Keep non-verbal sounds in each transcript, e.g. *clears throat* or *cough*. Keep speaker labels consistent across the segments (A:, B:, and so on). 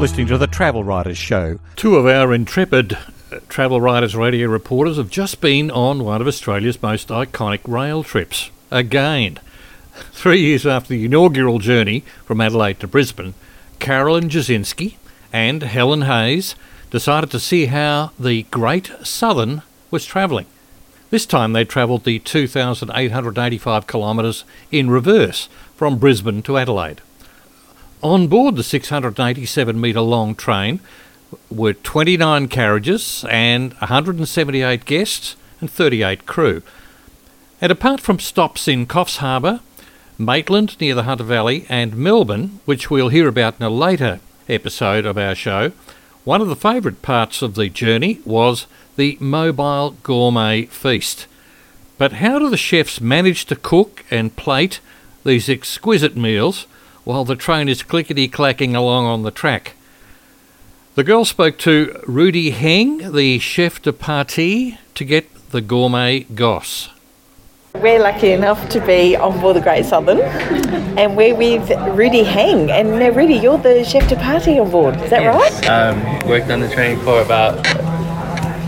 A: listening to the Travel Writers Show.
B: Two of our intrepid uh, Travel Writers radio reporters have just been on one of Australia's most iconic rail trips. Again, *laughs* three years after the inaugural journey from Adelaide to Brisbane, Carolyn Jasinski and Helen Hayes decided to see how the Great Southern was travelling. This time they travelled the 2,885 kilometres in reverse from Brisbane to Adelaide. On board the 687 metre long train were 29 carriages and 178 guests and 38 crew. And apart from stops in Coffs Harbour, Maitland near the Hunter Valley, and Melbourne, which we'll hear about in a later episode of our show, one of the favourite parts of the journey was the mobile gourmet feast. But how do the chefs manage to cook and plate these exquisite meals while the train is clickety clacking along on the track? The girl spoke to Rudy Heng, the chef de partie, to get the gourmet goss.
C: We're lucky enough to be on board the Great Southern, and we're with Rudy Heng. And now, Rudy, you're the chef de partie on board. Is that right?
D: Um, worked on the train for about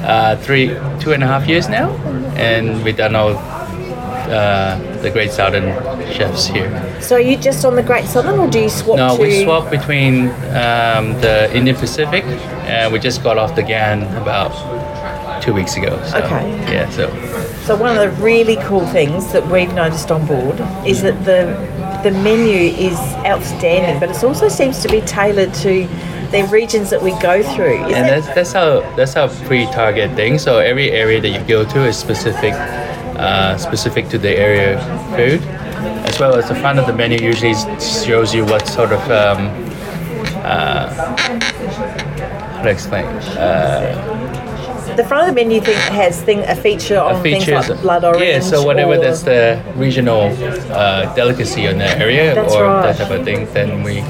D: uh, three, two and a half years now, and we've done all uh, the Great Southern chefs here.
E: So are you just on the Great Southern, or do you swap?
D: No,
E: to...
D: we swap between um, the Indian Pacific, and we just got off the GAN about two weeks ago. So,
C: Okay.
D: Yeah, so
C: So one of the really cool things that we've noticed on board is that the the menu is outstanding, but it also seems to be tailored to the regions that we go through. Is
D: and
C: that,
D: that's that's how that's how pre-target thing. So every area that you go to is specific, uh, specific to the area food, as well as the front of the menu usually s- shows you what sort of um, uh, how to explain. Uh,
C: the front of the menu thing has thing a feature on things like blood orange.
D: yeah, so whatever
C: or-
D: that's the regional uh, delicacy in that area
C: That's
D: or
C: right.
D: that type of thing, then we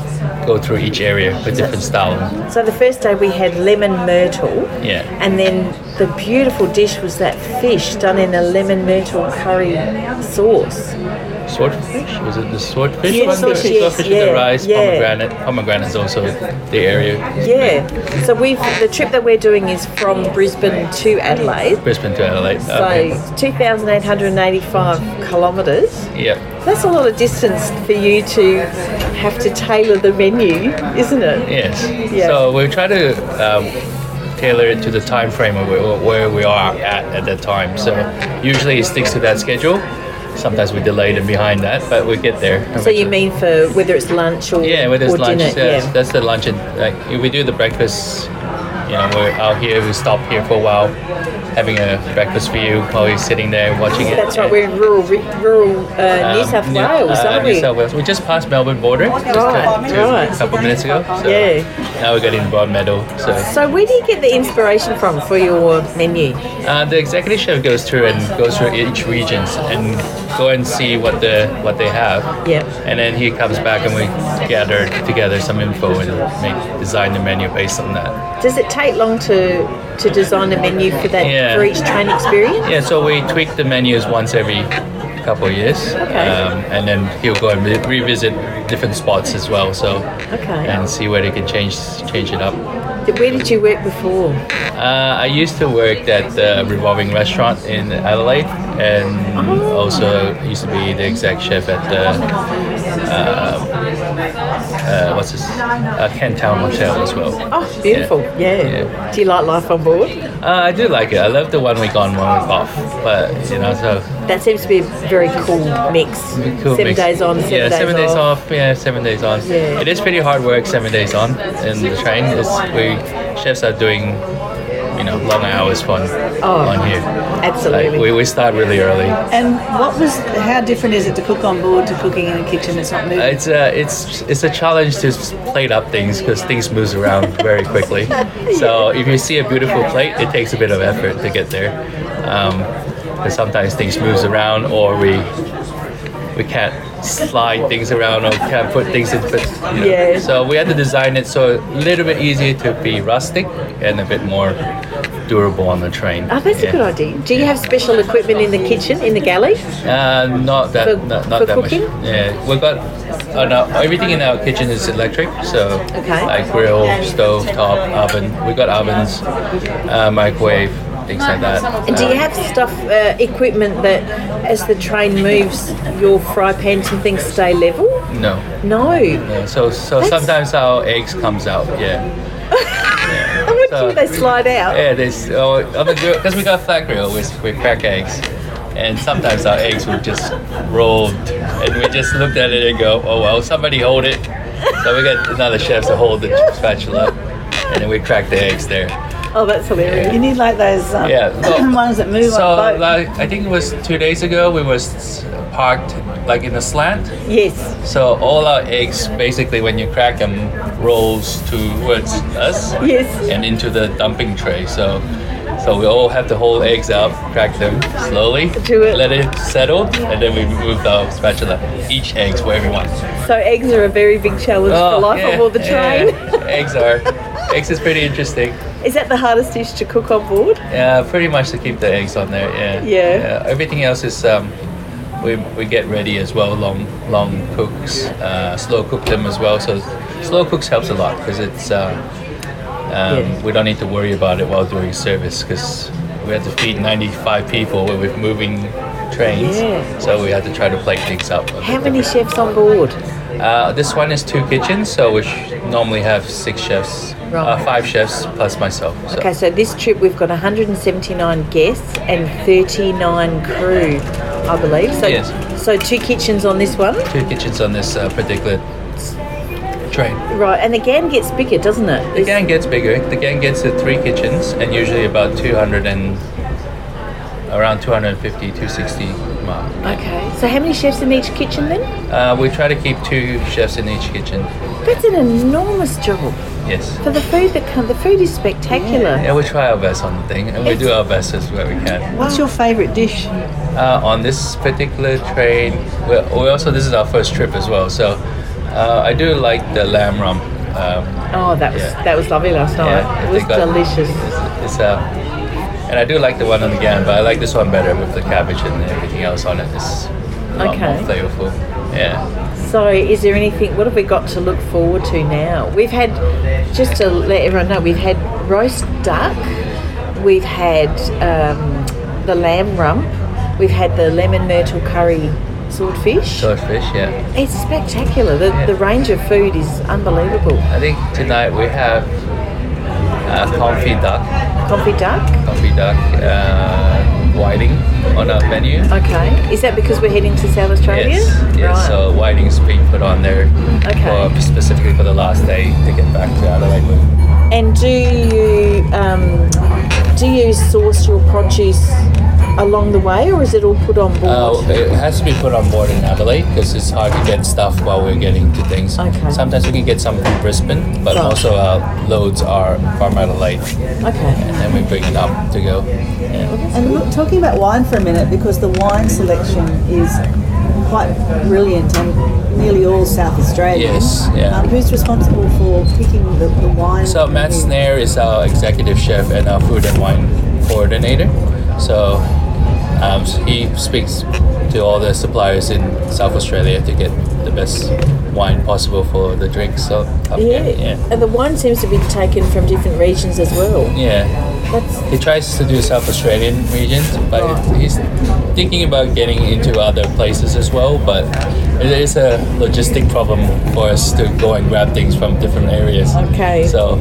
D: go through each area with different style.
C: So the first day we had lemon myrtle.
D: Yeah.
C: And then the beautiful dish was that fish done in a lemon myrtle curry sauce.
D: Swordfish? Was it the swordfish?
C: Yeah,
D: one? The
C: swordfish,
D: swordfish with
C: yeah,
D: the rice,
C: yeah.
D: pomegranate. Pomegranate is also the area.
C: Yeah. So we've the trip that we're doing is from Brisbane to Adelaide.
D: Brisbane to Adelaide.
C: So
D: Okay.
C: 2,885 kilometres.
D: Yeah.
C: That's a lot of distance for you to have to tailor the menu, isn't it?
D: Yes.
C: Yeah.
D: So we try to um, tailor it to the time frame of where, where we are at at that time. So usually it sticks to that schedule. Sometimes we delay them behind that, but we get there.
C: So you mean for whether it's lunch or
D: Yeah, with
C: or
D: this lunch,
C: dinner?
D: that's, that's the lunch. And like, if we do the breakfast, you know, we're out here, we stop here for a while, having a breakfast view while we're sitting there watching it.
C: That's right. We're in rural, rural uh, New
D: Um,
C: South
D: New-
C: Wales,
D: uh,
C: aren't
D: New
C: we?
D: South Wales. We just passed Melbourne border just
C: Right,
D: a,
C: right.
D: a couple minutes ago. So
C: Yeah.
D: Now we're getting Broadmeadow. So
C: So where do you get the inspiration from for your menu?
D: uh, the executive chef goes through and goes through each regions and go and see what the what they have.
C: Yep.
D: And then he comes back and we gather together some info and make design the menu based on that.
C: Does it take long to to design a menu for that
D: Yeah.
C: for each train experience?
D: Yeah, so we tweak the menus once every couple of years,
C: Okay.
D: um, and then he'll go and re- revisit different spots as well. So
C: Okay.
D: and see where they can change change it up.
C: Where did you work before?
D: Uh, I used to work at the revolving restaurant in Adelaide, and
C: Oh.
D: also used to be the exec chef at the. Uh, uh, what's this? Uh, Kent Town Hotel as well.
C: Oh, beautiful. Yeah.
D: Yeah.
C: Do you like life on board?
D: Uh, I do like it. I love the one week on, one week off. But you know, so
C: That seems to be a very cool mix.
D: Cool
C: seven
D: mix.
C: days on, seven
D: yeah,
C: days
D: seven
C: off.
D: days off. Yeah, seven days on.
C: Yeah.
D: It is pretty hard work. Seven days on in the train. It's, we chefs are doing, you know, long hours on
C: Oh.
D: on here.
C: Absolutely.
D: Like we, we start really early.
F: And what was how different is it to cook on board to cooking in the kitchen? It's not moving.
D: It's a it's it's a challenge to s- plate up things because things moves around very
C: *laughs*
D: quickly. So if you see a beautiful plate, it takes a bit of effort to get there. Um, 'cause sometimes things moves around, or we we can't slide things around, or can't put things in. But, you know.
C: Yeah.
D: So we had to design it so a little bit easier to be rustic and a bit more durable on the train.
C: Oh, that's
D: Yeah.
C: a good idea. Do you have special equipment in the kitchen, in the galley?
D: Uh, not that,
C: For-
D: not, not
C: for
D: that
C: cooking?
D: much. Yeah, we've got uh, no, everything in our kitchen is electric, so
C: Okay.
D: like grill, stove, top, oven. We got ovens, uh, microwave, things like that.
C: And do
D: Uh,
C: you have stuff, uh, equipment that as the train moves, your fry pans and things stay level?
D: Uh, no.
C: No.
D: Yeah, so so
C: That's-
D: sometimes our eggs comes out. Yeah.
C: And what
D: So-
C: do they slide out?
D: Yeah, there's oh, on the grill because we got flat grill with with crack eggs, and sometimes our eggs would just rolled, and we just looked at it and go, oh well, somebody hold it. So we got another chef to hold the spatula, and then we crack the eggs there.
C: Oh, that's hilarious.
F: You need like those um,
D: Yeah, well,
F: *clears throat* ones that move
D: So
F: on a boat.
D: like I think it was two days ago we was parked like in a slant.
C: Yes.
D: So all our eggs basically when you crack them rolls towards us
C: Yes.
D: and into the dumping tray. So, so we all have to hold eggs up, crack them slowly,
C: Do it.
D: let it settle, and then we move our spatula. Each eggs for everyone.
C: So eggs are a very big challenge for
D: Oh,
C: life on board the train. *laughs*
D: eggs are. Eggs is pretty interesting.
C: Is that the hardest dish to cook on board?
D: Yeah, Uh, pretty much to keep the eggs on there. Yeah.
C: Yeah.
D: everything else is um, we, we get ready as well. Long long cooks, uh, slow cook them as well. So slow cooks helps a lot because it's uh, um, we don't need to worry about it while doing service because we have to feed 95 people when we're moving trains.
C: Yeah.
D: So we have to try to plate things up. a bit
C: How many chefs on board?
D: uh, this one is two kitchens, so we sh- normally have six chefs, uh,
C: Right.
D: five chefs plus myself. So.
C: Okay, so this trip we've got 179 guests and 39 crew, I believe. So,
D: Yes.
C: so two kitchens on this one,
D: Two kitchens on this uh, particular train.
C: right? And the gang gets bigger, doesn't it?
D: The gang gets bigger. The gang gets to three kitchens and usually about 200 and around 250, 260 mark.
C: Okay. So how many chefs in each kitchen then?
D: Uh, we try to keep two chefs in each kitchen.
C: That's an enormous job.
D: Yes.
C: For the food that comes, the food is spectacular.
D: Yeah, we try our best on the thing, and we do our best as where we can.
F: What's your favourite dish?
D: uh, on this particular train. We, we also this is our first trip as well, so uh, I do like the lamb rum. Um,
C: Oh, that was
D: Yeah.
C: that was lovely last night. Oh,
D: I
C: it was
D: think I-
C: delicious.
D: It's, it's uh, and I do like the one on the gan, but I like this one better with the cabbage and everything else on it. It's a lot more
C: Okay.
D: flavorful. Yeah.
C: So, is there anything? What have we got to look forward to now? We've had, just to let everyone know, we've had roast duck, we've had um, the lamb rump, we've had the lemon myrtle curry swordfish.
D: Swordfish, yeah.
C: It's spectacular. The, the range of food is unbelievable.
D: I think tonight we have uh, confit duck,
C: Coffee duck.
D: confit duck, uh, whiting on our menu.
C: Okay. Is that because we're heading to South Australia?
D: Yes, yes.
C: Right.
D: So whiting's being put on there
C: Okay.
D: for, specifically for the last day to get back to Adelaide.
C: And do you um, do you source your produce along the way, or is it all put on board?
D: Uh, it has to be put on board in Adelaide because it's hard to get stuff while we're getting to things.
C: Okay.
D: Sometimes we can get some from Brisbane, but
C: Right.
D: also our loads are from Adelaide,
C: okay.
D: and then we bring it up to go. Yeah.
F: And look, talking about wine for a minute, because the wine selection is quite brilliant on nearly all South Australia.
D: Yes, yeah.
F: Um, who's responsible for picking the, the wine?
D: So Matt Snare is our executive chef and our food and wine coordinator. So um, he speaks to all the suppliers in South Australia to get the best wine possible for the drinks. So up
C: Yeah.
D: there, yeah,
C: and the wine seems to be taken from different regions as well.
D: yeah.
C: That's
D: He tries to do South Australian regions, but
C: Oh.
D: he's thinking about getting into other places as well. But it is a logistic problem for us to go and grab things from different areas.
C: Okay.
D: So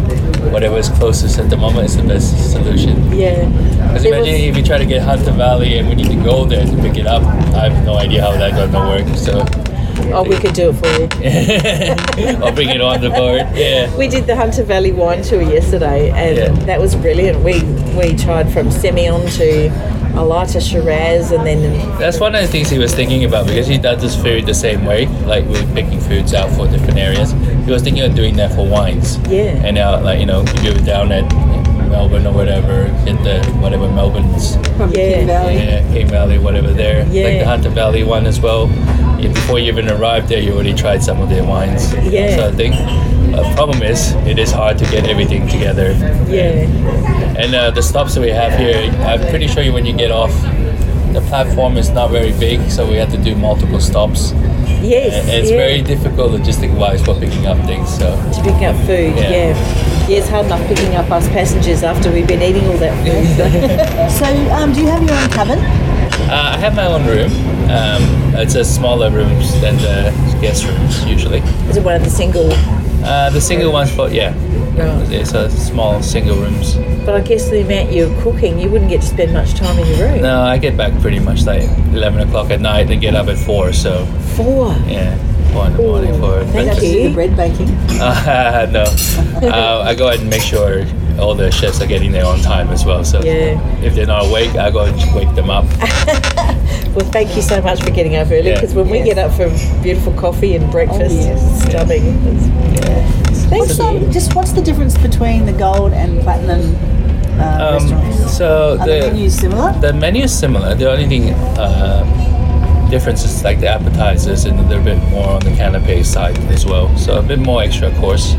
D: whatever is closest at the moment is the best solution.
C: yeah.
D: Because
C: There was-
D: imagine if you try to get Hunter Valley and we need to go there to pick it up. I have no idea how that's gonna work. So,
C: *laughs* oh, we could do it for you.
D: I'll bring it on the board. Yeah.
C: We did the Hunter Valley wine tour yesterday, and
D: Yeah.
C: that was brilliant. We we tried from Semillon to Alata Shiraz, and then
D: That's one of the things he was thinking about because he does his food the same way, like we're picking foods out for different areas. He was thinking of doing that for wines.
C: Yeah.
D: And now, like you know, if you're down at Melbourne or whatever, get the whatever Melbourne's
F: from the King
C: Oh, Yeah.
F: Valley.
D: Yeah, King Valley, whatever there.
C: Yeah.
D: Like the Hunter Valley one as well. before you even arrived there, you already tried some of their wines. you know,
C: Yeah.
D: sort of thing. Uh, problem is, it is hard to get everything together.
C: Yeah.
D: And uh, the stops that we have here, I'm pretty sure when you get off, the platform is not very big, so we have to do multiple stops.
C: Yes.
D: And it's
C: yeah.
D: very difficult logistic wise for picking up things. So
C: to picking up food.
D: Yeah.
C: Yeah. yeah. it's hard enough picking up us passengers after we've been eating all that food. *laughs*
D: *laughs*
F: So, um, do you have your own cabin?
D: uh, I have my own room. Um, it's a smaller rooms than the guest rooms usually.
C: Is it one of the single? uh,
D: Uh, the single ones, but yeah,
C: Right.
D: it's a small single rooms.
C: But I guess the amount you're cooking, you wouldn't get to spend much time in your room.
D: No, I get back pretty much like 11 o'clock at night and get up at 4, so
C: Four.
D: yeah, 4 in the morning for
C: thank
D: breakfast.
C: you.
F: The bread baking.
D: Uh, *laughs* no, uh, I go ahead and make sure all the chefs are getting there on time as well. So
C: Yeah.
D: if they're not awake, I go and wake them up.
C: Well, thank you so much for getting up early
D: Yeah.
C: because when we get up for beautiful coffee and breakfast,
F: yes.
C: it's stunning. It's-
F: What's
C: Thanks.
F: the, just what's the difference between the gold and platinum uh,
D: Um,
F: restaurants?
D: so
F: Are the menus similar?
D: The menu is similar. The only thing uh, difference is like the appetizers and they're a bit more on the canapé side as well. So a bit more extra course.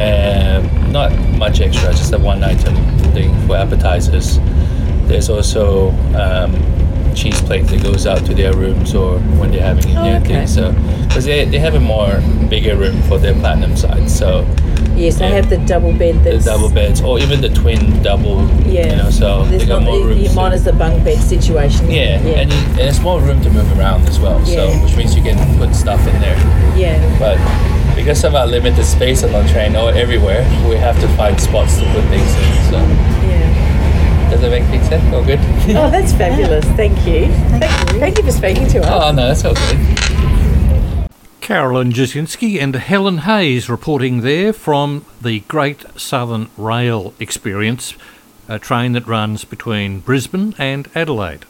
D: Um, not much extra, just a one item thing for appetizers. There's also um, cheese plate that goes out to their rooms or when they're having a
C: Oh,
D: new
C: okay.
D: thing. So because they, they have a more bigger room for their platinum side. So
C: Yes, they
D: Yeah.
C: have the double bed.
D: the
C: That's,
D: double beds or even the twin double.
C: Yeah.
D: You know, so
C: There's
D: they got
C: not,
D: more
C: you-
D: rooms.
C: you
D: to-
C: minus the bunk bed situation.
D: yeah,
C: Yeah.
D: And, you, and it's more room to move around as well. So
C: Yeah.
D: which means you can put stuff in there.
C: yeah.
D: But because of our limited space on the train or everywhere, we have to find spots to put things in. So
C: yeah.
D: does that make things sense?
C: *laughs*
D: All good.
C: Oh, that's fabulous. Thank you. Thank, thank you for speaking to us.
D: Oh no, that's all good.
B: Carolyn Jasinski and Helen Hayes reporting there from the Great Southern Rail Experience, a train that runs between Brisbane and Adelaide.